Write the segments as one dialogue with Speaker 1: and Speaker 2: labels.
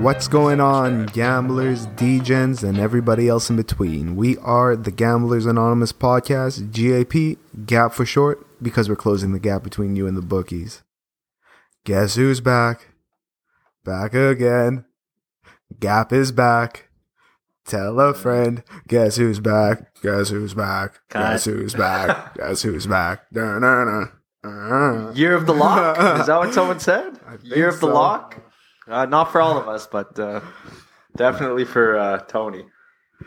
Speaker 1: What's going on, gamblers, degens, and everybody else in between? We are the Gamblers Anonymous podcast, GAP, GAP for short, because we're closing the gap between you and the bookies. Guess who's back? Back again. Gap is back. Tell a friend. Guess who's back? Guess who's back?
Speaker 2: Cut.
Speaker 1: Guess who's back? Guess who's back? Da, na, na. Uh.
Speaker 2: Year of the Lock. Is that what someone said?
Speaker 1: I think
Speaker 2: Year of the
Speaker 1: so.
Speaker 2: Lock. Uh, not for all of us, but uh, definitely for uh, Tony.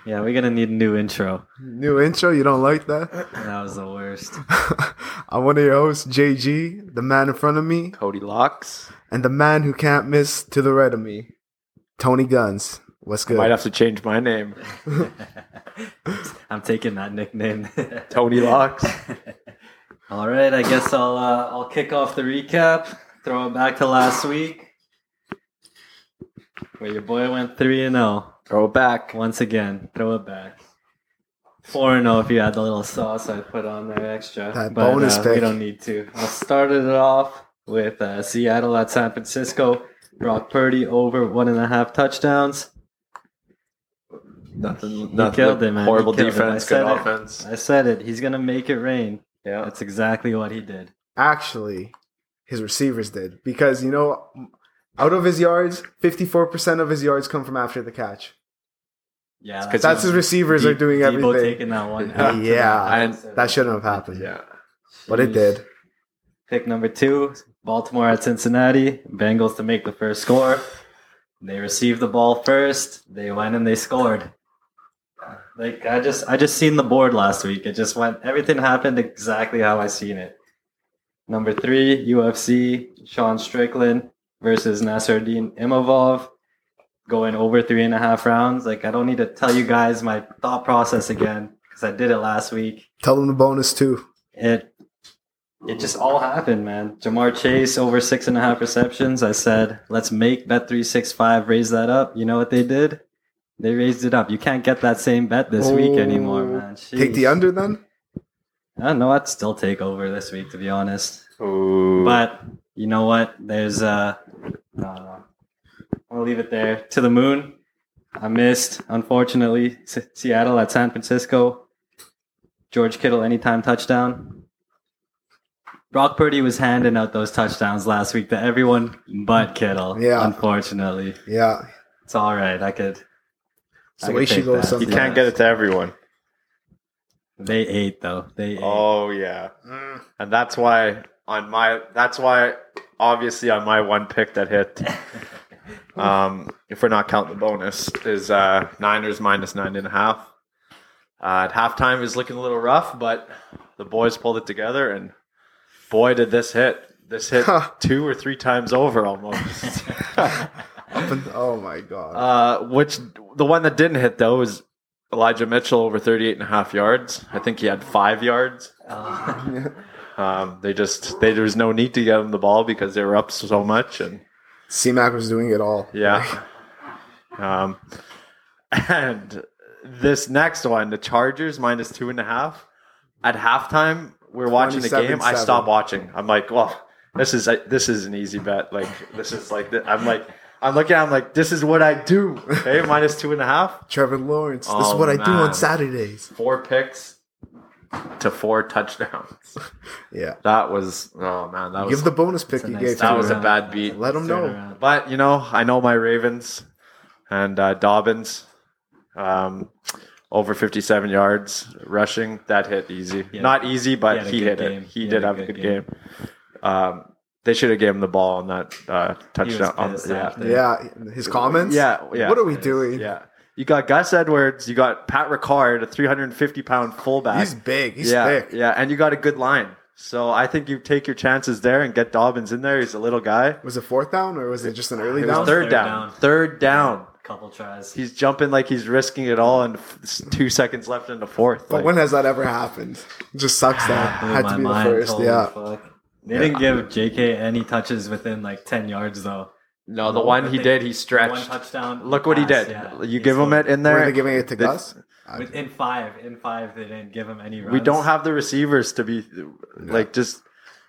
Speaker 3: Yeah, we're gonna need a new intro.
Speaker 1: New intro. You don't like that?
Speaker 3: That was the worst.
Speaker 1: I'm one of your hosts, JG, the man in front of me,
Speaker 2: Cody Locks.
Speaker 1: and the man who can't miss to the right of me, Tony Guns. What's good?
Speaker 2: Might have to change my name.
Speaker 3: I'm taking that nickname.
Speaker 2: Tony Locks.
Speaker 3: All right, I guess I'll uh, I'll kick off the recap. Throw it back to last week, where your boy went three and zero
Speaker 2: Throw it back.
Speaker 3: once again. Throw it back. Four and zero if you add the little sauce I put on there extra.
Speaker 1: That bonus
Speaker 3: uh,
Speaker 1: pick.
Speaker 3: We don't need to. I started it off with uh, Seattle at San Francisco. Brock Purdy over one and a half touchdowns.
Speaker 2: Nothing.
Speaker 3: He
Speaker 2: nothing
Speaker 3: killed it, man. He
Speaker 2: Horrible
Speaker 3: killed it.
Speaker 2: defense. Good
Speaker 3: I said it.
Speaker 2: offense.
Speaker 3: I said it. He's gonna make it rain.
Speaker 2: Yeah.
Speaker 3: That's exactly what he did.
Speaker 1: Actually, his receivers did because you know, out of his yards, 54% of his yards come from after the catch.
Speaker 3: Yeah,
Speaker 2: It's 'cause
Speaker 1: That's his
Speaker 3: what
Speaker 1: receivers
Speaker 3: De-
Speaker 1: are doing
Speaker 3: Debo
Speaker 1: everything.
Speaker 3: taking that one.
Speaker 1: Yeah,
Speaker 3: out.
Speaker 2: And
Speaker 1: That shouldn't have happened,
Speaker 2: Yeah.
Speaker 1: but it did.
Speaker 3: Pick number two: Baltimore at Cincinnati. Bengals to make the first score. They received the ball first. They went and they scored. Like I just, I just seen the board last week. It just went. Everything happened exactly how I seen it. Number three, UFC Sean Strickland versus Nasruddin Imovov, going over three and a half rounds. Like I don't need to tell you guys my thought process again because I did it last week
Speaker 1: Tell him the bonus too.
Speaker 3: it it just all happened, man. Jamar Chase over six and a half receptions. I said, let's make bet three six five raise that up. You know what they did? They raised it up. You can't get that same bet this week anymore,
Speaker 1: Oh.
Speaker 3: man.
Speaker 1: Take the
Speaker 3: Sheesh.
Speaker 1: under then.
Speaker 3: I don't know. I'd still take over this week, to be honest.
Speaker 2: Ooh.
Speaker 3: But you know what? There's uh, uh I'll leave it there. To the moon. I missed, unfortunately, Se- Seattle at San Francisco. George Kittle anytime touchdown. Brock Purdy was handing out those touchdowns last week to everyone but Kittle.
Speaker 1: Yeah.
Speaker 3: unfortunately,
Speaker 1: Yeah.
Speaker 3: it's all right. I could.
Speaker 1: It's
Speaker 3: I
Speaker 1: the
Speaker 3: could
Speaker 1: way she
Speaker 3: take
Speaker 1: goes
Speaker 3: that.
Speaker 1: sometimes.
Speaker 2: you can't get it to everyone.
Speaker 3: They ate though. They ate.
Speaker 2: Oh yeah.
Speaker 1: Mm.
Speaker 2: And that's why on my that's why obviously on my one pick that hit um if we're not counting the bonus is uh Niners minus nine and a half. Uh at halftime is looking a little rough, but the boys pulled it together and boy did this hit. This hit two or three times over almost.
Speaker 1: Up and- oh my god.
Speaker 2: Uh, which the one that didn't hit though is Elijah Mitchell over 38 and a half yards. I think he had five yards. Um, they just they, there was no need to get him the ball because they were up so much and
Speaker 1: C Mac was doing it all.
Speaker 2: yeah. Um, and this next one, the Chargers minus two and a half at halftime. We're watching the game. I
Speaker 1: 27-7.
Speaker 2: stop watching. I'm like, well, this is this is an easy bet. Like this is like the, I'm like I'm looking. I'm like this is what I do. Hey, minus two and a half.
Speaker 1: Trevor Lawrence. this is
Speaker 2: Oh,
Speaker 1: what I do on
Speaker 2: man.
Speaker 1: Saturdays.
Speaker 2: four picks to four touchdowns.
Speaker 1: Yeah.
Speaker 2: That was oh man, that was
Speaker 1: Give the bonus pick
Speaker 3: It's a
Speaker 1: you
Speaker 3: nice
Speaker 1: gave
Speaker 2: that
Speaker 1: to
Speaker 2: was
Speaker 1: him.
Speaker 2: a bad beat.
Speaker 1: Let him know.
Speaker 3: Turnaround.
Speaker 2: But you know, I know my Ravens and uh, Dobbins um, over 57 yards rushing. That hit easy.
Speaker 3: Yeah.
Speaker 2: Not easy,
Speaker 3: He
Speaker 2: but
Speaker 3: had a
Speaker 2: he,
Speaker 3: good
Speaker 2: hit
Speaker 3: game.
Speaker 2: it. He,
Speaker 3: He
Speaker 2: did
Speaker 3: had a
Speaker 2: have a
Speaker 3: good
Speaker 2: good game. Um, they should have gave him the ball on that uh,
Speaker 3: was
Speaker 2: touchdown. on-
Speaker 3: pissed
Speaker 2: yeah,
Speaker 3: after.
Speaker 1: Yeah. His comments?
Speaker 2: Yeah, yeah.
Speaker 1: What are we doing?
Speaker 2: yeah. You got Gus Edwards. You got Pat Ricard, a 350 pound fullback.
Speaker 1: He's big. He's
Speaker 2: yeah,
Speaker 1: thick.
Speaker 2: Yeah, and you got a good line. So I think you take your chances there and get Dobbins in there. He's a little guy.
Speaker 1: Was it fourth down or was it just an early
Speaker 2: It was
Speaker 1: down?
Speaker 2: third,
Speaker 3: Third
Speaker 2: down.
Speaker 3: down.
Speaker 2: Third down.
Speaker 3: Couple tries.
Speaker 2: He's jumping like he's risking it all, and f- two seconds left in the fourth.
Speaker 1: But
Speaker 2: Like, Oh,
Speaker 1: when has that ever happened? Just sucks that
Speaker 3: Blew
Speaker 1: had to
Speaker 3: my
Speaker 1: be the
Speaker 3: mind,
Speaker 1: first.
Speaker 3: holy
Speaker 1: Yeah.
Speaker 3: fuck. They didn't give JK any touches within like 10 yards, though.
Speaker 2: no, the one he
Speaker 3: They-
Speaker 2: did, he
Speaker 3: One
Speaker 2: stretched.
Speaker 3: touchdown.
Speaker 2: Look what he
Speaker 3: pass,
Speaker 2: did.
Speaker 3: yeah.
Speaker 2: You
Speaker 3: He
Speaker 2: give him
Speaker 3: scored.
Speaker 2: it in
Speaker 1: Were
Speaker 2: there.
Speaker 1: they giving it to
Speaker 2: The-
Speaker 1: Gus?
Speaker 3: Within five, in five, they didn't give him any runs.
Speaker 2: We don't have the receivers to be like just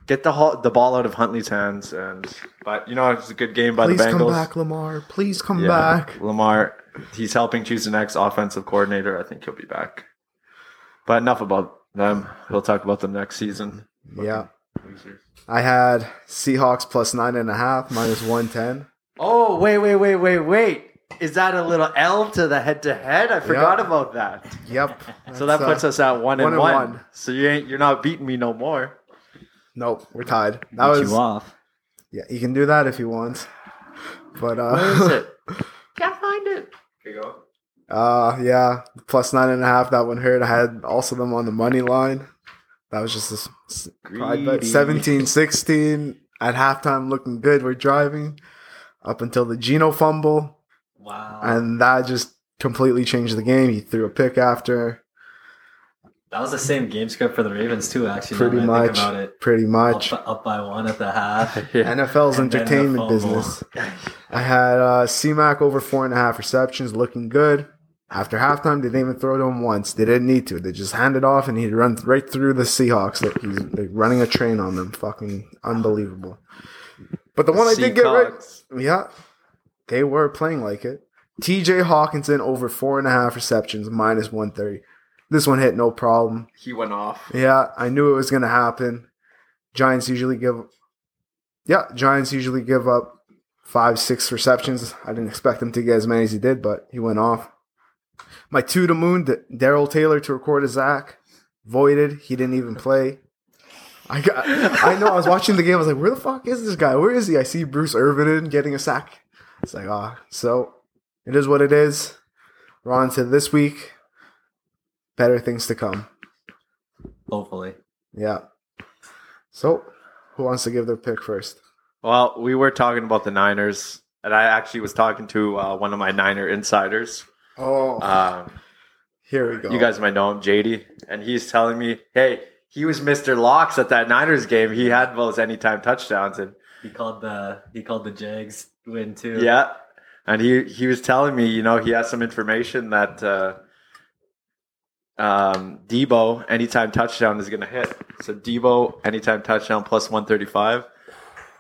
Speaker 2: get the ho- the ball out of Huntley's hands. And but you know it was a good game by
Speaker 1: Please
Speaker 2: the Bengals.
Speaker 1: come back, Lamar. Please come
Speaker 2: Yeah.
Speaker 1: back.
Speaker 2: Lamar, he's helping choose the next offensive coordinator. I think he'll be back. But enough about them. We'll talk about them next season.
Speaker 1: Yeah. I had Seahawks plus nine and a half, minus 110.
Speaker 2: Oh wait, wait, wait, wait, wait. Is that a little L to the head to head? I forgot about that.
Speaker 1: Yep.
Speaker 2: so that
Speaker 1: That's, uh,
Speaker 2: puts us at one,
Speaker 1: one
Speaker 2: and
Speaker 1: and
Speaker 2: one.
Speaker 1: one.
Speaker 2: So you ain't you're not beating me no more.
Speaker 1: Nope, we're tied. That
Speaker 3: Beat
Speaker 1: was.
Speaker 3: you off.
Speaker 1: Yeah, you can do that if you want. But, uh.
Speaker 2: Where is it? Can't find it. Here you go.
Speaker 1: Uh yeah, plus nine and a half. That one hurt. I had also them on the money line. That was just this s- pride bet.
Speaker 2: Greedy.
Speaker 1: 17 16 at halftime, looking good. We're driving up until the Geno fumble,
Speaker 3: Wow.
Speaker 1: and that just completely changed the game. He threw a pick after,
Speaker 3: that was the same game script for the Ravens too. Actually, now
Speaker 1: Pretty
Speaker 3: that I think
Speaker 1: much.
Speaker 3: about it.
Speaker 1: pretty much.
Speaker 3: Up, up by one at the half.
Speaker 2: Yeah.
Speaker 1: NFL's
Speaker 3: And then the
Speaker 1: entertainment
Speaker 3: fumble.
Speaker 1: business. I had uh, CMAC over four and a half receptions, looking good. After halftime, they didn't even throw to him once. They didn't need to. They just handed off, and he'd run right through the Seahawks. Like he's like, running a train on them. Fucking unbelievable. But the one I did get right,
Speaker 2: Seahawks.
Speaker 1: yeah, they were playing like it. T.J. Hawkinson over four and a half receptions, minus one thirty. This one hit no problem.
Speaker 2: He went off.
Speaker 1: Yeah, I knew it was going to happen. Giants usually give. Yeah, Giants usually give up five, six receptions. I didn't expect him to get as many as he did, but he went off. My two to moon, D- Daryl Taylor to record a sack, voided. He didn't even play. I got. I know. I was watching the game. I was like, "Where the fuck is this guy? Where is he?" I see Bruce Irvin in getting a sack. It's like, ah, so it is what it is. We're on to this week. Better things to come.
Speaker 3: Hopefully.
Speaker 1: Yeah. So, who wants to give their pick first?
Speaker 2: Well, we were talking about the Niners, and I actually was talking to uh, one of my Niner insiders.
Speaker 1: Oh,
Speaker 2: Um,
Speaker 1: here we go.
Speaker 2: You guys might know him, JD, and he's telling me, "Hey, he was Mr. Locks at that Niners game. He had those anytime touchdowns, and
Speaker 3: He called the he called the Jags win too.
Speaker 2: yeah." And he he was telling me, you know, he has some information that uh, um, Debo anytime touchdown is going to hit. So Debo anytime touchdown plus one thirty five.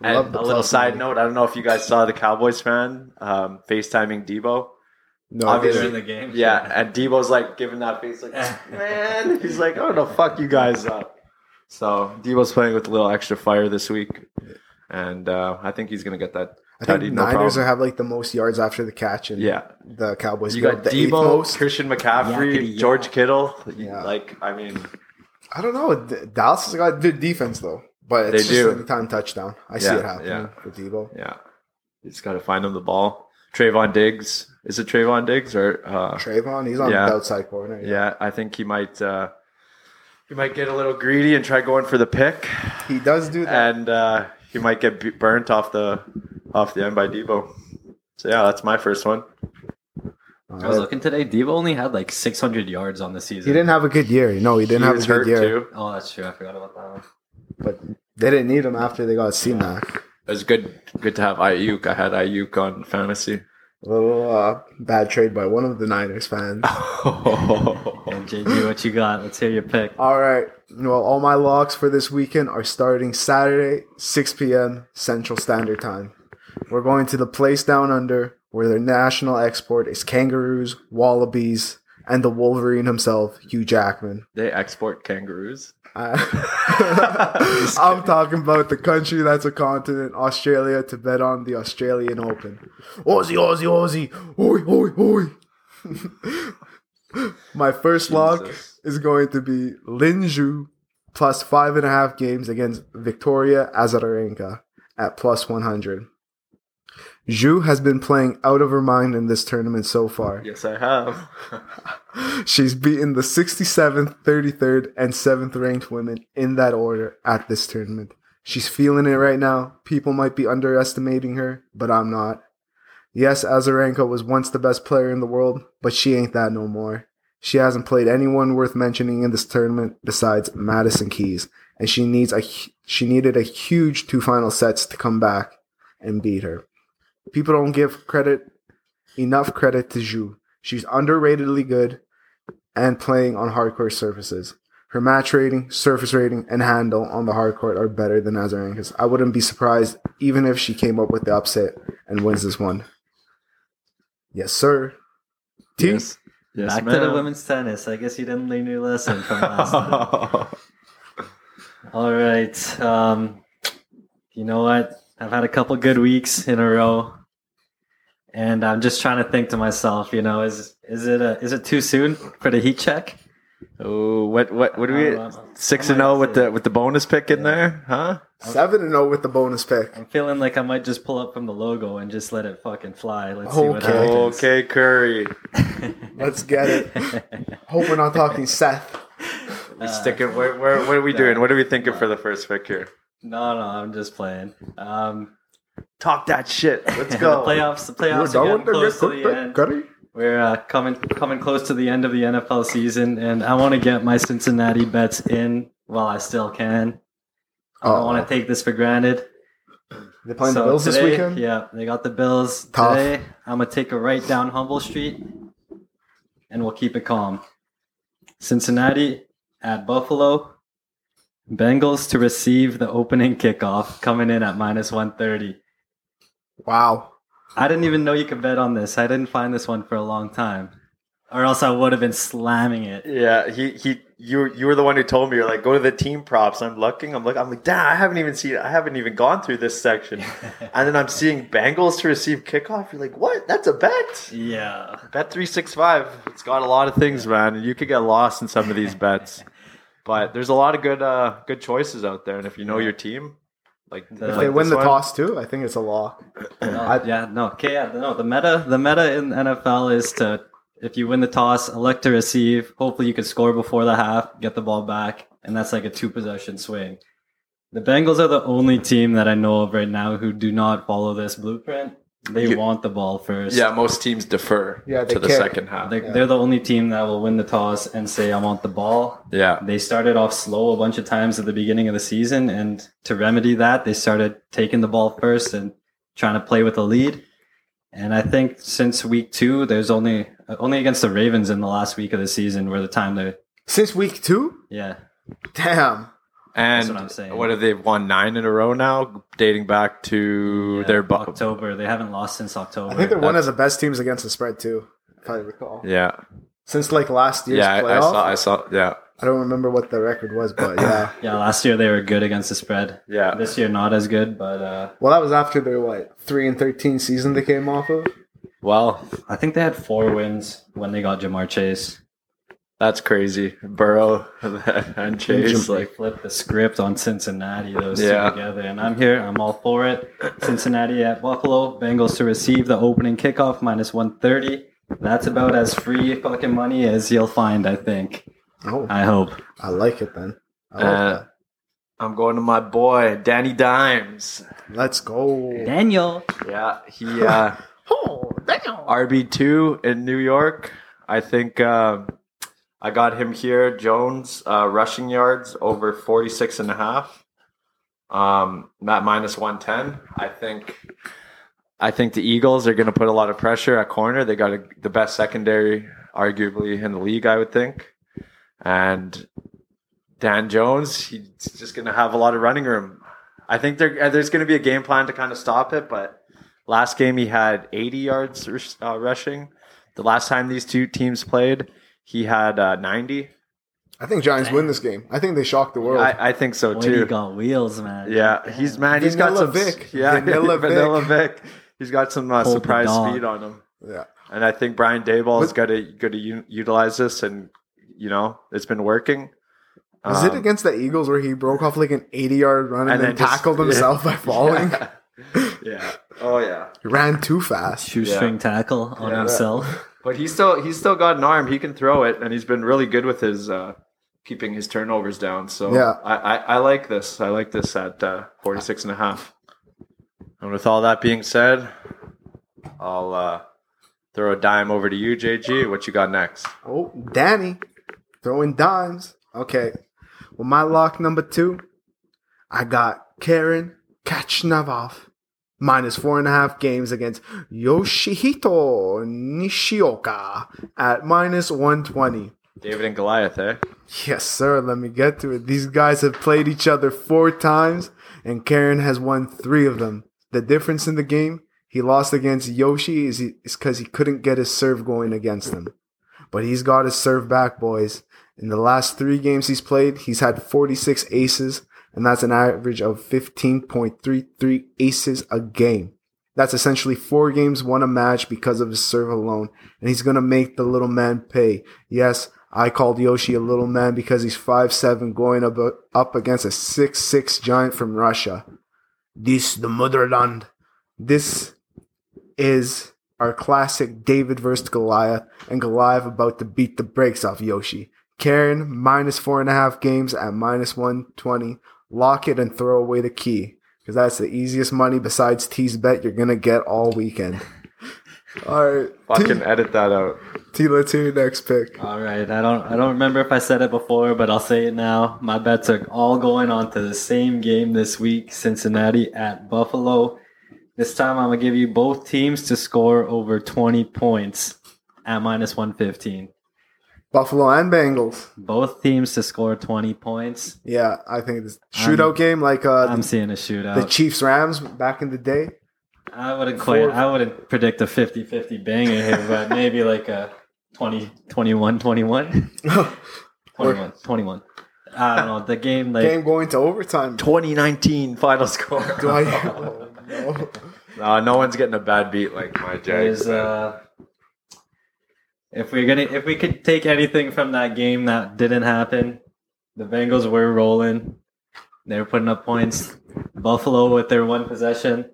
Speaker 2: And
Speaker 1: Love the
Speaker 2: a little
Speaker 1: plus
Speaker 2: side
Speaker 1: money.
Speaker 2: note, I don't know if you guys saw the Cowboys fan um, FaceTiming Debo.
Speaker 1: No,
Speaker 2: obviously-
Speaker 3: During the game.
Speaker 2: Yeah, and Debo's like giving that face, like, man, he's like, oh no, fuck you guys up. So Debo's playing with a little extra fire this week, and uh, I think he's gonna get that.
Speaker 1: I think
Speaker 2: Teddy, no
Speaker 1: Niners
Speaker 2: problem.
Speaker 1: have like the most yards after the catch, and
Speaker 2: Yeah,
Speaker 1: the Cowboys
Speaker 2: you
Speaker 1: give
Speaker 2: got
Speaker 1: up the eighth
Speaker 2: Debo,
Speaker 1: most.
Speaker 2: Christian McCaffrey,
Speaker 3: Yakety yak.
Speaker 2: George Kittle.
Speaker 1: Yeah.
Speaker 2: Like, I mean,
Speaker 1: I don't know. D- Dallas has got good defense though, but
Speaker 2: They
Speaker 1: it's
Speaker 2: do.
Speaker 1: just an anytime touchdown. I see
Speaker 2: Yeah,
Speaker 1: it happening
Speaker 2: yeah.
Speaker 1: with Debo.
Speaker 2: yeah, you just gotta find him the ball. Trayvon Diggs is it Trayvon Diggs or uh,
Speaker 1: Trayvon, he's on
Speaker 2: Yeah.
Speaker 1: the outside corner.
Speaker 2: yeah? I think he might uh, he might get a little greedy and try going for the pick.
Speaker 1: he does do that.
Speaker 2: and uh, he might get bu- burnt off the off the end by Debo. So yeah, that's my first one.
Speaker 3: I was
Speaker 1: Uh,
Speaker 3: looking today. Debo only had like 600 yards on the season.
Speaker 1: he didn't have a good year. No, he didn't
Speaker 2: he
Speaker 1: have a
Speaker 2: was
Speaker 1: good
Speaker 2: hurt
Speaker 1: year.
Speaker 2: too.
Speaker 3: Oh, that's true. I forgot about that one.
Speaker 1: But they didn't need him after they got C-Mac.
Speaker 2: It was good good to have Ayuk. I had Ayuk on fantasy.
Speaker 1: A little uh, bad trade by one of the Niners fans.
Speaker 3: And JG, what you got? Let's hear your pick.
Speaker 1: All right. Well, all my locks for this weekend are starting Saturday, 6 p.m. Central Standard Time. We're going to the place down under where their national export is kangaroos, wallabies, and the Wolverine himself, Hugh Jackman.
Speaker 2: they export kangaroos.
Speaker 1: I- I'm talking about the country that's a continent, Australia, to bet on the Australian Open. Aussie, Aussie, Aussie. Oi, oi, oi. My first lock
Speaker 2: Jesus.
Speaker 1: is going to be Lin Zhu plus five and a half games against Victoria Azarenka at plus 100. Zhu has been playing out of her mind in this tournament so far.
Speaker 2: Yes, I have.
Speaker 1: She's beaten the 67th, 33rd, and 7th ranked women in that order at this tournament. She's feeling it right now. People might be underestimating her, but I'm not. Yes, Azarenka was once the best player in the world, but she ain't that no more. She hasn't played anyone worth mentioning in this tournament besides Madison Keys, and she needs a hu- she needed a huge two final sets to come back and beat her. People don't give credit enough credit to Zhu. She's underratedly good and playing on hardcore surfaces. Her match rating, surface rating, and handle on the hard court are better than Azarenka's. I wouldn't be surprised even if she came up with the upset and wins this one. Yes, sir. T?
Speaker 2: Yes. Yes,
Speaker 3: Back to the
Speaker 2: ma'am.
Speaker 3: women's tennis. I guess you didn't learn your lesson from last time. All right. Um, you know what? I've had a couple good weeks in a row, and I'm just trying to think to myself. You know, is is it a, is it too soon for the heat check?
Speaker 2: oh, what what what are
Speaker 3: Uh,
Speaker 2: we six and zero with the with the bonus pick in there, huh?
Speaker 1: 7 and 0 with the bonus pick.
Speaker 3: I'm feeling like I might just pull up from the logo and just let it fucking fly. Let's see what
Speaker 1: Okay.
Speaker 3: happens.
Speaker 2: Okay,
Speaker 3: Uh,
Speaker 2: Curry,
Speaker 1: Let's get it. Hope we're not talking Seth.
Speaker 2: we
Speaker 3: Uh,
Speaker 2: sticking. Where, where what are we doing? What are we thinking for the first pick here?
Speaker 3: No, no, I'm just playing. Um,
Speaker 2: Talk that shit. Let's
Speaker 3: the
Speaker 2: go.
Speaker 3: playoffs. The playoffs are getting close to the end.
Speaker 1: Curry?
Speaker 3: We're uh, coming coming close to the end of the NFL season, and I want to get my Cincinnati bets in while I still can. I don't
Speaker 1: Oh.
Speaker 3: want to take this for granted.
Speaker 1: They're playing the Bills
Speaker 3: today-
Speaker 1: this weekend?
Speaker 3: Yeah, they got the Bills
Speaker 1: Tough.
Speaker 3: today. I'm gonna take a right down Humble Street, and we'll keep it calm. Cincinnati at Buffalo. Bengals to receive the opening kickoff, coming in at minus one thirty.
Speaker 1: Wow.
Speaker 3: I didn't even know you could bet on this. I didn't find this one for a long time, or else I would have been slamming it.
Speaker 2: Yeah, he he you you were the one who told me you're like go to the team props. I'm looking, I'm looking, I'm like, damn, I haven't even seen I haven't even gone through this section. and then I'm seeing Bengals to receive kickoff. You're like, what? That's a bet.
Speaker 3: Yeah.
Speaker 2: Bet three six five. It's got a lot of things, man. And you could get lost in some of these bets. But there's a lot of good uh good choices out there. And if you know your team, like
Speaker 3: If
Speaker 1: If
Speaker 2: like
Speaker 1: they win
Speaker 2: this
Speaker 1: the
Speaker 2: one-
Speaker 1: toss too, I think it's a law.
Speaker 3: No,
Speaker 1: I-
Speaker 3: yeah, no, okay, yeah, no. The meta, the meta in NFL is to if you win the toss, elect to receive. Hopefully, you can score before the half, get the ball back, and that's like a two possession swing. The Bengals are the only team that I know of right now who do not follow this blueprint. They
Speaker 2: You-
Speaker 3: want the ball first.
Speaker 2: Yeah, most teams defer
Speaker 1: Yeah, they
Speaker 2: to the
Speaker 1: kick.
Speaker 2: second half.
Speaker 3: They, They're the only team that will win the toss and say, "I want the ball."
Speaker 2: yeah.
Speaker 3: They started off slow a bunch of times at the beginning of the season, and to remedy that, they started taking the ball first and trying to play with a lead. And I think since week two, there's only only against the Ravens in the last week of the season where the time they
Speaker 1: Since week two?
Speaker 3: yeah
Speaker 1: Damn.
Speaker 2: And
Speaker 3: That's what I'm saying.
Speaker 2: what have they won nine in a row now, dating back to
Speaker 3: yeah,
Speaker 2: their bu-
Speaker 3: October they haven't lost since October.
Speaker 1: I think they're one of the best teams against the spread too, if I recall.
Speaker 2: Yeah,
Speaker 1: Since like last year's
Speaker 2: yeah, I, I
Speaker 1: playoff.
Speaker 2: saw, I saw, yeah,
Speaker 1: I don't remember what the record was, but yeah.
Speaker 3: yeah, last year they were good against the spread.
Speaker 2: yeah,
Speaker 3: This year not as good, but uh,
Speaker 1: Well, that was after their what three and thirteen season they came off of.
Speaker 2: Well,
Speaker 3: I think they had four wins when they got Jamar Chase.
Speaker 2: that's crazy. Burrow and Chase,
Speaker 3: They
Speaker 2: like,
Speaker 3: flipped the script on Cincinnati, those
Speaker 2: Yeah.
Speaker 3: two together. And I'm here. I'm all for it. Cincinnati at Buffalo. Bengals to receive the opening kickoff, minus 130. That's about as free fucking money as you'll find, I think.
Speaker 1: Oh,
Speaker 3: I hope.
Speaker 1: I like it then. I like
Speaker 2: Uh, I'm going to my boy Danny Dimes.
Speaker 1: that. Let's go.
Speaker 3: Daniel.
Speaker 2: Yeah, he uh,
Speaker 1: Oh, damn.
Speaker 2: RB two in New York. I think um I got him here. Jones uh, rushing yards over 46 and a half. Um, that minus 110. I think. I think the Eagles are going to put a lot of pressure at corner. They got a, the best secondary, arguably in the league, I would think. And Dan Jones, he's just going to have a lot of running room. I think there, uh, there's going to be a game plan to kind of stop it, but Last game he had 80 yards rush- uh, rushing. The last time these two teams played, he had uh, 90.
Speaker 1: I think Giants win this game. I think they shocked the world.
Speaker 2: I, I think so
Speaker 3: Boy, he
Speaker 2: too.
Speaker 3: got wheels, man.
Speaker 2: Yeah, he's man. He's got
Speaker 1: Vanilla
Speaker 2: some
Speaker 1: Vic.
Speaker 2: Yeah,
Speaker 1: Vanilla
Speaker 2: Vanilla,
Speaker 1: Vic.
Speaker 2: Vic. He's got some uh,
Speaker 3: Hold the
Speaker 2: surprise
Speaker 3: dog.
Speaker 2: speed on him,
Speaker 1: yeah.
Speaker 2: and I think Brian Dayball's
Speaker 1: But-
Speaker 2: got to got to u- utilize this, and you know it's been working.
Speaker 1: Was it
Speaker 2: Um,
Speaker 1: against the Eagles where he broke off like an 80 yard run and,
Speaker 2: and
Speaker 1: then,
Speaker 2: then just-
Speaker 1: tackled himself by falling?
Speaker 2: Yeah. yeah. Oh yeah.
Speaker 1: He ran too fast.
Speaker 3: Shoestring tackle on
Speaker 2: Yeah.
Speaker 3: himself.
Speaker 2: But he's still he's still got an arm. He can throw it, and he's been really good with his uh, keeping his turnovers down. So
Speaker 1: Yeah.
Speaker 2: I, I, I like this. I like this at uh, 46 and a half. And with all that being said, I'll uh, throw a dime over to you, JG. What you got next?
Speaker 1: Oh, Danny throwing dimes. Okay. Well, my lock number two, I got Karen Kachnavov minus four and a half games against Yoshihito Nishioka at minus 120.
Speaker 2: David and Goliath, eh?
Speaker 1: Yes, sir. Let me get to it. These guys have played each other four times, and Karen has won three of them. The difference in the game he lost against Yoshi is because he, couldn't get his serve going against him. But he's got his serve back, boys. In the last three games he's played, he's had 46 aces, and that's an average of 15.33 aces a game. That's essentially four games, won a match because of his serve alone. And he's going to make the little man pay. Yes, I called Yoshi a little man because he's 5'7 going up, up against a 6'6 giant from Russia. This the motherland. This is our classic David versus Goliath, and Goliath about to beat the brakes off Yoshi. Karen, minus four and a half games at minus 120. Lock it and throw away the key because that's the easiest money besides T's bet you're going to get all weekend. all right.
Speaker 2: Fucking edit that out.
Speaker 1: T, let's hear your next pick.
Speaker 3: All right, I don't I don't remember if I said it before, but I'll say it now. My bets are all going on to the same game this week, Cincinnati at Buffalo. This time I'm gonna give you both teams to score over 20 points at minus 115.
Speaker 1: Buffalo and Bengals.
Speaker 3: Both teams to score 20 points.
Speaker 1: Yeah, I think this shootout game like uh,
Speaker 3: I'm
Speaker 1: the,
Speaker 3: seeing a
Speaker 1: the
Speaker 3: shootout.
Speaker 1: Chiefs Rams back in the day.
Speaker 3: I wouldn't quite
Speaker 1: Four-
Speaker 3: I wouldn't predict a 50-50 banger here, but maybe like a 20 21 21 21 21. I don't know. The game like
Speaker 1: Game going to overtime.
Speaker 2: 2019 final score.
Speaker 1: Do I? Oh, no.
Speaker 2: Uh, no one's getting a bad beat like my Jags.
Speaker 3: is uh if we're gonna if we could take anything from that game that didn't happen, the Bengals were rolling. They were putting up points. Buffalo with their one possession,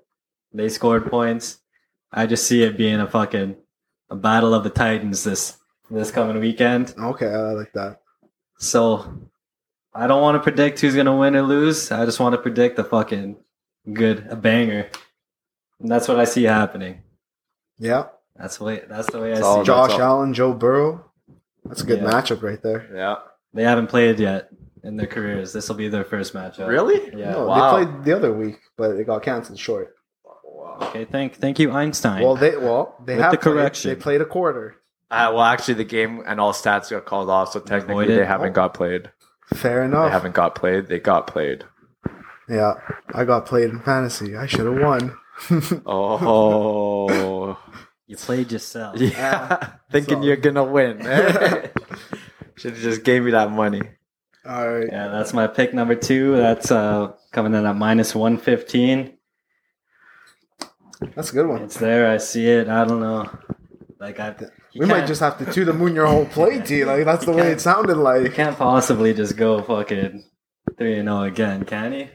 Speaker 3: they scored points. I just see it being a fucking a battle of the Titans this this coming weekend.
Speaker 1: Okay, I like that.
Speaker 3: So I don't want to predict who's gonna win or lose. I just want to predict a fucking good a banger. And that's what I see happening.
Speaker 1: Yeah,
Speaker 3: That's the way Oh, that's the way I
Speaker 2: It's
Speaker 3: see
Speaker 2: all
Speaker 3: it.
Speaker 2: that's
Speaker 1: Josh
Speaker 2: all.
Speaker 1: Allen, Joe Burrow. That's a good
Speaker 3: Yeah.
Speaker 1: matchup right there.
Speaker 2: yeah.
Speaker 3: They haven't played yet in their careers. This will be their first matchup.
Speaker 2: Really?
Speaker 3: Yeah.
Speaker 1: no,
Speaker 2: wow.
Speaker 1: they played the other week, but it got canceled short.
Speaker 2: Wow.
Speaker 3: Okay. Thank, thank you, Einstein.
Speaker 1: Well, they well they
Speaker 3: With
Speaker 1: have
Speaker 3: the
Speaker 1: played-
Speaker 3: correction.
Speaker 1: They played a quarter.
Speaker 2: Uh, well, actually, the game and all stats got called off, so technically
Speaker 3: Avoided.
Speaker 2: they haven't got played.
Speaker 1: Fair
Speaker 2: They
Speaker 1: enough.
Speaker 2: haven't got played. They got played.
Speaker 1: Yeah, I got played in fantasy. I should have won.
Speaker 2: Oh.
Speaker 3: you played yourself.
Speaker 2: yeah. Thinking
Speaker 1: all.
Speaker 2: you're going to win. Should have just gave me that money.
Speaker 1: All right.
Speaker 3: Yeah, that's my pick number two. That's uh, coming in at minus one fifteen.
Speaker 1: That's a good one.
Speaker 3: It's there. I see it. I don't know. Like I, you
Speaker 1: We might
Speaker 3: can't-
Speaker 1: just have to to the moon your whole play, T. Like that's the
Speaker 3: You
Speaker 1: way
Speaker 3: can't-
Speaker 1: it sounded like.
Speaker 3: can't possibly just go fucking three and zero again, can he?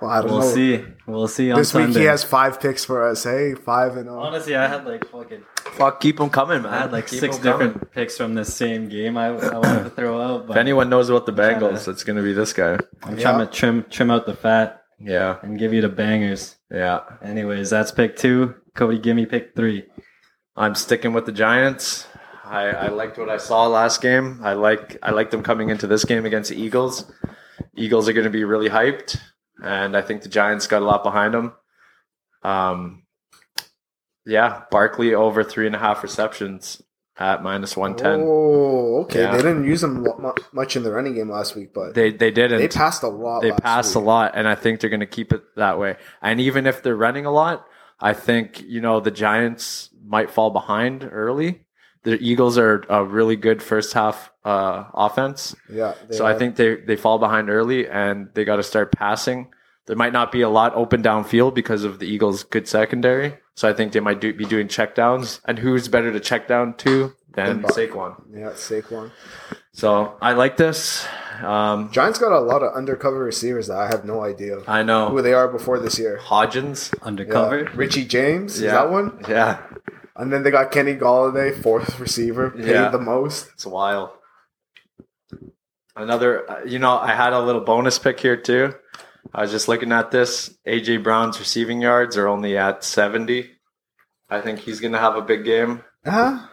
Speaker 1: Well, I don't
Speaker 3: We'll
Speaker 1: know.
Speaker 3: see. We'll see on
Speaker 1: This week
Speaker 3: Sunday.
Speaker 1: he has five picks for us. Hey, five and oh. all.
Speaker 3: Honestly, I had like fucking,
Speaker 2: Fuck, keep them coming, man.
Speaker 3: I had like
Speaker 2: Keep
Speaker 3: six
Speaker 2: 'em coming.
Speaker 3: different picks from this same game. I, I wanted to throw out,
Speaker 2: If
Speaker 3: but
Speaker 2: anyone knows about the
Speaker 3: Kinda.
Speaker 2: Bengals, it's going to be this guy.
Speaker 3: I'm
Speaker 1: Yeah.
Speaker 3: trying to trim trim out the fat
Speaker 2: Yeah.
Speaker 3: and give you the bangers.
Speaker 2: Yeah.
Speaker 3: Anyways, that's pick two. Cody, give me pick three.
Speaker 2: I'm sticking with the Giants. I, I liked what I saw last game. I like I like them coming into this game against the Eagles. Eagles are going to be really hyped, and I think the Giants got a lot behind them. Um, yeah, Barkley over three and a half receptions at minus one ten.
Speaker 1: Oh, okay.
Speaker 2: Yeah.
Speaker 1: They didn't use him lo- mu- much in the running game last week, but they,
Speaker 2: They they didn't. They,
Speaker 1: passed a lot. last
Speaker 2: passed
Speaker 1: week.
Speaker 2: a lot, and I think they're going to keep it that way. And even if they're running a lot, I think you know the Giants might fall behind early. The Eagles are a really good first half uh, offense.
Speaker 1: Yeah. they
Speaker 2: So I
Speaker 1: had-
Speaker 2: think they, they fall behind early and they got to start passing. There might not be a lot open downfield because of the Eagles' good secondary. So I think they might do, be doing checkdowns. And who's better to check down to than
Speaker 1: Than Buck.
Speaker 2: Saquon?
Speaker 1: Yeah, Saquon.
Speaker 2: So I like this. Um,
Speaker 1: Giants got a lot of undercover receivers that I have no idea
Speaker 2: I
Speaker 1: who
Speaker 2: know
Speaker 1: they are before this year.
Speaker 2: Hodgins.
Speaker 1: Yeah.
Speaker 3: Undercover.
Speaker 1: Richie James
Speaker 2: Yeah.
Speaker 1: is that one,
Speaker 2: Yeah,
Speaker 1: and then they got Kenny Galladay, fourth receiver, paid
Speaker 2: Yeah.
Speaker 1: the most.
Speaker 2: it's wild. Another, uh, you know, I had a little bonus pick here too. I was just looking at this. AJ Brown's receiving yards are only at seventy. I think he's going to have a big game.
Speaker 1: Huh?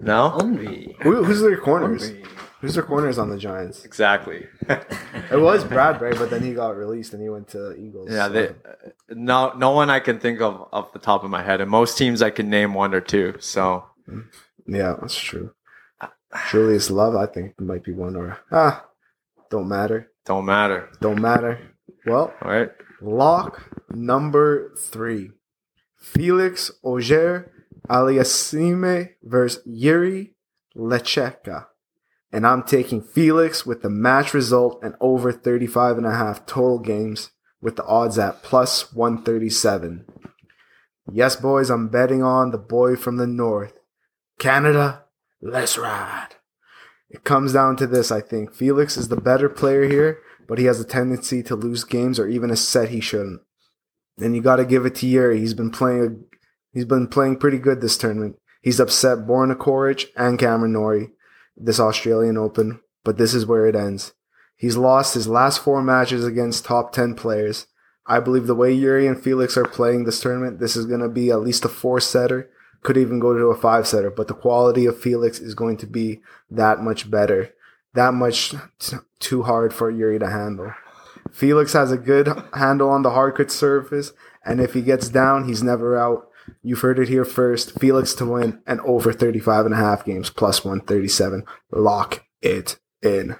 Speaker 2: No,
Speaker 3: Hungry.
Speaker 1: Who, who's their corners?
Speaker 3: Hungry.
Speaker 1: Who's their corners on the Giants?
Speaker 2: Exactly.
Speaker 1: It was Bradbury, but then he got released and he went to Eagles.
Speaker 2: yeah,
Speaker 1: so-
Speaker 2: they, no, no one I can think of off the top of my head, and most teams I can name one or two. So
Speaker 1: yeah, that's true. Julius Love, I think, might be one or ah, don't matter,
Speaker 2: Don't matter.
Speaker 1: don't matter. Well,
Speaker 2: All right.
Speaker 1: lock number three: Felix Auger Aliassime versus Yuri Lecheka. And I'm taking Felix with the match result and over 35 and a half total games with the odds at plus 137. Yes, boys, I'm betting on the boy from the north. Canada, let's ride. It comes down to this, I think. Felix is the better player here, but he has a tendency to lose games or even a set he shouldn't. And you got to give it to Yuri. He's been playing he's been playing pretty good this tournament. He's upset Borna Koric and Cameron Norrie this Australian Open, but this is where it ends. He's lost his last four matches against top 10 players. I believe the way Yuri and Felix are playing this tournament, this is going to be at least a four setter, could even go to a five setter, but the quality of Felix is going to be that much better, that much t- too hard for Yuri to handle. Felix has a good handle on the hard hardwood surface, and if he gets down, he's never out. You've heard it here first. Felix to win and over 35 and a half games plus 137. Lock it in.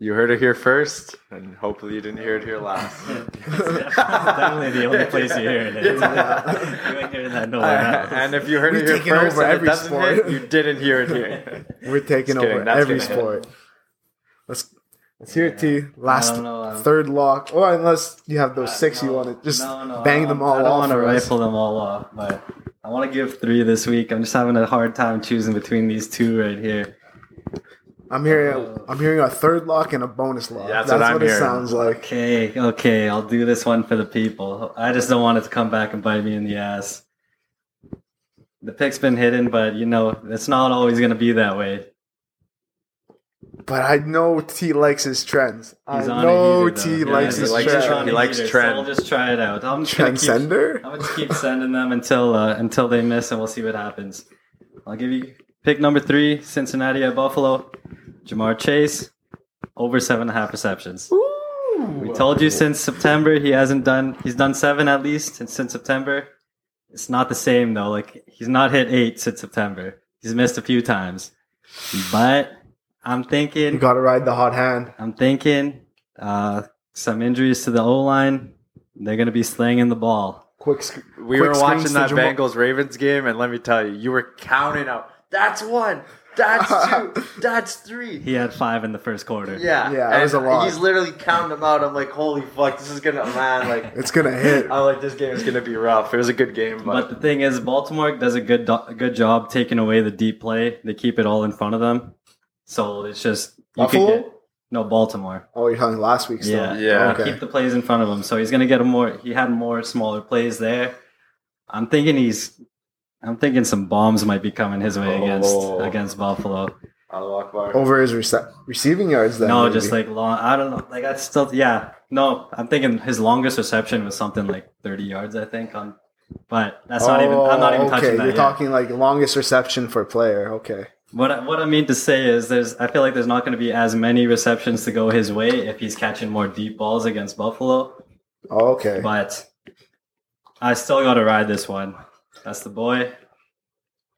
Speaker 2: You heard it here first, and hopefully you didn't hear it here last.
Speaker 3: It's definitely the only place you hear it.
Speaker 2: Yeah.
Speaker 3: you ain't hearing that
Speaker 2: Uh,
Speaker 3: nowhere else.
Speaker 2: and if you heard
Speaker 1: We
Speaker 2: it here
Speaker 1: taking
Speaker 2: first,
Speaker 1: over
Speaker 2: and
Speaker 1: every
Speaker 2: it doesn't
Speaker 1: sport.
Speaker 2: hit, you didn't hear it here.
Speaker 1: We're taking
Speaker 2: Just kidding,
Speaker 1: over
Speaker 2: that's
Speaker 1: every
Speaker 2: gonna happen.
Speaker 1: sport. Let's let's hear it to you.
Speaker 3: I
Speaker 1: Last
Speaker 3: don't know, um,
Speaker 1: third lock, or unless you have those
Speaker 3: Uh,
Speaker 1: six you
Speaker 3: no,
Speaker 1: want to just
Speaker 3: no, no,
Speaker 1: bang
Speaker 3: I-
Speaker 1: them all
Speaker 3: I don't
Speaker 1: off
Speaker 3: want to
Speaker 1: for us.
Speaker 3: rifle them all off, but I want to give three this week. I'm just having a hard time choosing between these two right here.
Speaker 1: I'm hearing I'm hearing a third lock and a bonus lock.
Speaker 2: That's
Speaker 1: That's,
Speaker 2: what I'm
Speaker 1: what, it
Speaker 2: hearing.
Speaker 1: sounds like.
Speaker 3: Okay, okay, I'll do this one for the people. I just don't want it to come back and bite me in the ass. The pick's been hidden, but you know it's not always going to be that way.
Speaker 1: But I know T likes his trends. I
Speaker 3: He's on
Speaker 1: know
Speaker 3: a heater, though.
Speaker 1: T
Speaker 3: Yeah,
Speaker 1: likes
Speaker 2: he
Speaker 1: his
Speaker 2: likes
Speaker 3: he's
Speaker 2: trend.
Speaker 3: on
Speaker 1: trends.
Speaker 3: a
Speaker 2: He likes
Speaker 3: heater,
Speaker 2: trend.
Speaker 3: So we'll just try it out. I'm just gonna keep
Speaker 1: Transcender?
Speaker 3: I'm gonna just keep sending them until uh, until they miss, and we'll see what happens. I'll give you pick number three: Cincinnati at Buffalo. Jamar Chase over seven and a half receptions. We told you since September he hasn't done. He's done seven at least, and since September, it's not the same though. Like he's not hit eight since September. He's missed a few times, but I'm thinking
Speaker 1: You gotta ride the hot hand.
Speaker 3: I'm thinking uh, some injuries to the O line. They're going to be slinging the ball.
Speaker 1: Quick sc-
Speaker 2: We
Speaker 1: quick
Speaker 2: were
Speaker 1: swings
Speaker 2: watching
Speaker 1: to
Speaker 2: that
Speaker 1: Jamal-
Speaker 2: Bengals Ravens game, and let me tell you, you were counting out. That's one. That's two. that's three.
Speaker 3: He had five in the first quarter.
Speaker 2: Yeah,
Speaker 1: Yeah, it was
Speaker 2: and
Speaker 1: a lot.
Speaker 2: He's literally counting them out. I'm like, holy fuck, this is gonna man. Like,
Speaker 1: It's gonna hit.
Speaker 2: I'm like, this game is gonna be rough. It was a good game,
Speaker 3: But
Speaker 2: but,
Speaker 3: the thing is, Baltimore does a good do- good job taking away the deep play. They keep it all in front of them, so it's just you could
Speaker 1: Buffalo?
Speaker 3: get no Baltimore.
Speaker 1: Oh, you're talking last week's
Speaker 3: Yeah,
Speaker 1: stuff.
Speaker 2: Yeah.
Speaker 3: They
Speaker 1: Okay.
Speaker 3: Keep the plays in front of him, so he's going to get a more. He had more smaller plays there. I'm thinking he's. I'm thinking some bombs might be coming his way
Speaker 2: Oh.
Speaker 3: against against Buffalo.
Speaker 2: I'll walk by.
Speaker 1: Over his rece- receiving yards, then.
Speaker 3: no,
Speaker 1: maybe.
Speaker 3: just like long. I don't know. Like I still, yeah. No, I'm thinking his longest reception was something like 30 yards, I think. On, but that's not even. I'm not
Speaker 1: Oh,
Speaker 3: even
Speaker 1: okay.
Speaker 3: touching that.
Speaker 1: You're
Speaker 3: yet.
Speaker 1: talking like longest reception for a player. Okay.
Speaker 3: What I, what I mean to say is, there's. I feel like there's not going to be as many receptions to go his way if he's catching more deep balls against Buffalo.
Speaker 1: Oh, okay.
Speaker 3: But I still got to ride this one. That's the boy.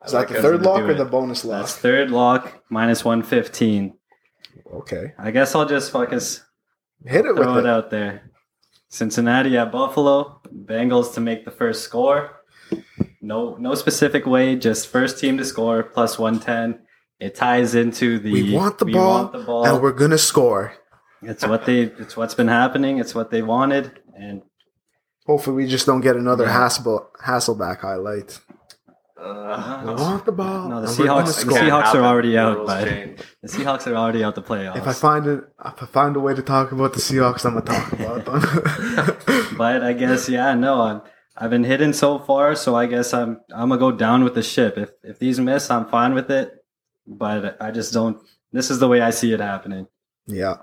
Speaker 1: Is that
Speaker 3: I like
Speaker 1: the
Speaker 3: us
Speaker 1: third
Speaker 3: to
Speaker 1: lock
Speaker 3: do
Speaker 1: or
Speaker 3: it.
Speaker 1: the bonus lock?
Speaker 3: That's third lock minus 115.
Speaker 1: Okay.
Speaker 3: I guess I'll just fucking s-
Speaker 1: Hit it with
Speaker 3: throw it
Speaker 1: it.
Speaker 3: out there. Cincinnati at Buffalo. Bengals to make the first score. No, no specific way. Just first team to score plus one ten. It ties into the
Speaker 1: We want the ball,
Speaker 3: want the ball.
Speaker 1: and we're gonna score.
Speaker 3: It's what they. It's what's been happening. It's what they wanted. And
Speaker 1: Hopefully, we just don't get another
Speaker 3: Yeah.
Speaker 1: Hassel Hasselback highlight.
Speaker 2: Uh,
Speaker 1: We want the ball.
Speaker 3: No, the
Speaker 1: and we're gonna
Speaker 3: Seahawks-
Speaker 1: score.
Speaker 3: the Seahawks- are
Speaker 2: happen.
Speaker 3: already
Speaker 2: The
Speaker 3: out,
Speaker 2: rules
Speaker 3: but-
Speaker 2: change.
Speaker 3: the Seahawks are already out the playoffs.
Speaker 1: If I find it, if I find a way to talk about the Seahawks, I'm gonna talk about them.
Speaker 3: but I guess yeah, no, I'm I've been hidden so far, so I guess I'm I'm gonna go down with the ship. If if these miss, I'm fine with it. But I just don't. This is the way I see it happening.
Speaker 1: yeah.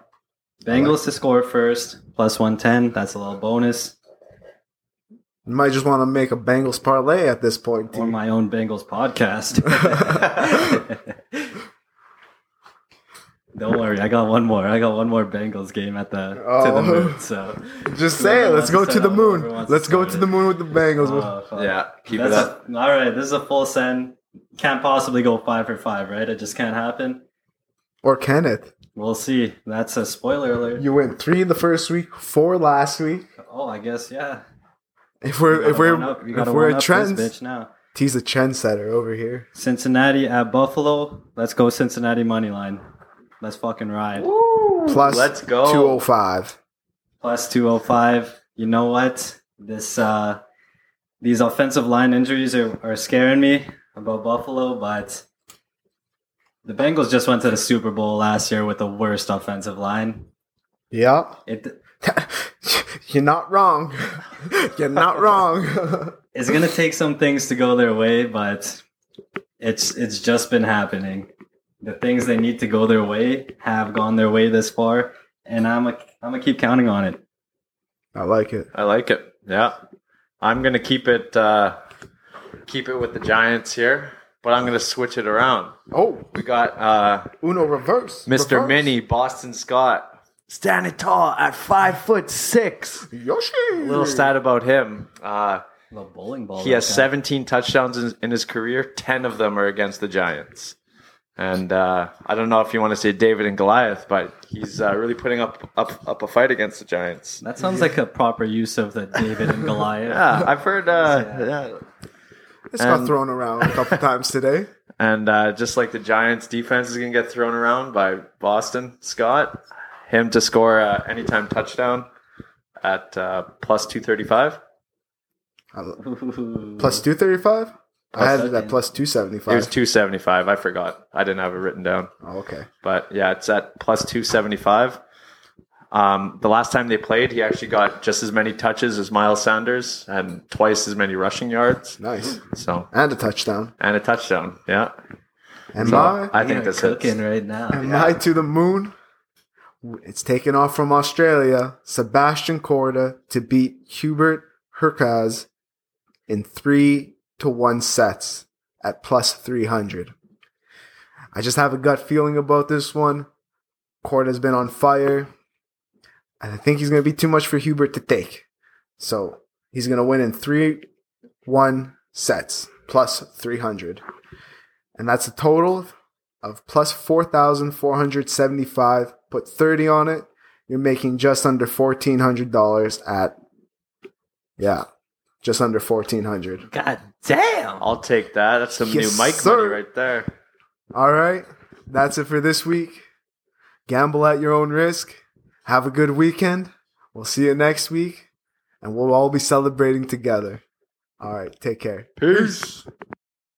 Speaker 3: Bengals to score first, plus one ten. That's a little bonus.
Speaker 1: You might just want to make a Bengals parlay at this point.
Speaker 3: Or
Speaker 1: T.
Speaker 3: my own Bengals podcast. Don't worry, I got one more. I got one more Bengals game at the to
Speaker 1: Oh.
Speaker 3: the moon. So
Speaker 1: Just say it.
Speaker 3: Whoever
Speaker 1: Let's
Speaker 3: wants
Speaker 1: go
Speaker 3: to
Speaker 1: to the
Speaker 3: start,
Speaker 1: moon.
Speaker 3: whoever wants to
Speaker 1: Let's go
Speaker 3: start
Speaker 1: to
Speaker 3: it.
Speaker 1: the moon with the Bengals.
Speaker 3: Oh, uh, fuck.
Speaker 2: Yeah, keep
Speaker 3: That's
Speaker 2: it up.
Speaker 3: a- all right, this is a full send. can't possibly go five for five, right? It just can't happen.
Speaker 1: Or Kenneth.
Speaker 3: We'll see. That's a spoiler alert.
Speaker 1: You went three the first week, four last week.
Speaker 3: Oh, I guess yeah.
Speaker 1: If we're
Speaker 3: Gotta
Speaker 1: if we're
Speaker 3: one up- you
Speaker 1: if
Speaker 3: gotta
Speaker 1: we're
Speaker 3: one
Speaker 1: a
Speaker 3: up this
Speaker 1: trend,
Speaker 3: bitch now.
Speaker 1: he's a trendsetter over here.
Speaker 3: Cincinnati at Buffalo. Let's go Cincinnati money line. Let's fucking ride.
Speaker 1: Plus
Speaker 2: let's go.
Speaker 1: two oh five.
Speaker 3: Plus 205. You know what? This uh these offensive line injuries are, are scaring me about Buffalo, but the Bengals just went to the Super Bowl last year with the worst offensive line.
Speaker 1: Yeah,
Speaker 3: It
Speaker 1: you're not wrong. you're not wrong.
Speaker 3: it's gonna take some things to go their way, but it's it's just been happening. The things they need to go their way have gone their way this far, and I'm a, I'm gonna keep counting on it.
Speaker 1: I like it.
Speaker 2: I like it. Yeah. I'm gonna keep it uh keep it with the Giants here, but I'm gonna switch it around.
Speaker 1: Oh,
Speaker 2: We got uh
Speaker 1: Uno reverse.
Speaker 2: Mr.
Speaker 1: Reverse.
Speaker 2: Mini, Boston Scott. Standing tall at five foot six.
Speaker 1: Yoshi.
Speaker 2: Little stat about him. Uh,
Speaker 3: The bowling ball.
Speaker 2: he has
Speaker 3: that guy.
Speaker 2: 17 touchdowns in, in his career. 10 of them are against the Giants. And uh, I don't know if you want to say David and Goliath, but he's uh, really putting up, up up a fight against the Giants.
Speaker 3: That sounds like a proper use of the David and Goliath.
Speaker 2: Yeah, I've heard. Uh, yeah.
Speaker 1: This got
Speaker 2: And-
Speaker 1: thrown around a couple times today.
Speaker 2: And uh, just like the Giants' defense is going to get thrown around by Boston Scott, him to score uh, anytime touchdown at uh, plus 235.
Speaker 1: I-
Speaker 3: Ooh.
Speaker 1: Plus two thirty five. I had it at
Speaker 3: Plus-
Speaker 1: plus two seventy
Speaker 2: It was
Speaker 1: five.
Speaker 2: 275. I forgot. I didn't have it written down.
Speaker 1: Oh, okay.
Speaker 2: But yeah, it's at plus 275. Um, the last time they played, he actually got just as many touches as Miles Sanders and twice as many rushing yards.
Speaker 1: Nice.
Speaker 2: So,
Speaker 1: And a touchdown.
Speaker 2: and a touchdown. Yeah.
Speaker 1: Am
Speaker 2: So
Speaker 1: I
Speaker 2: I
Speaker 3: We are
Speaker 2: think this
Speaker 3: cooking
Speaker 2: hits.
Speaker 3: right now.
Speaker 1: am I to the moon? It's taken off from Australia. Sebastian Corda to beat Hubert Herkaz in three to one sets at plus three hundred. I just have a gut feeling about this one. Corda's been on fire. And I think he's gonna be too much for Hubert to take. So he's gonna win in three one sets plus three hundred. And that's a total of plus 4,475, put 30 on it, you're making just under $1,400 at, yeah, just under 1400
Speaker 3: God damn.
Speaker 2: I'll take that. That's some
Speaker 1: Yes,
Speaker 2: new Mike
Speaker 1: sir.
Speaker 2: money right there.
Speaker 1: All right, that's it for this week. Gamble at your own risk. Have a good weekend. We'll see you next week, and we'll all be celebrating together. All right, take care.
Speaker 2: Peace.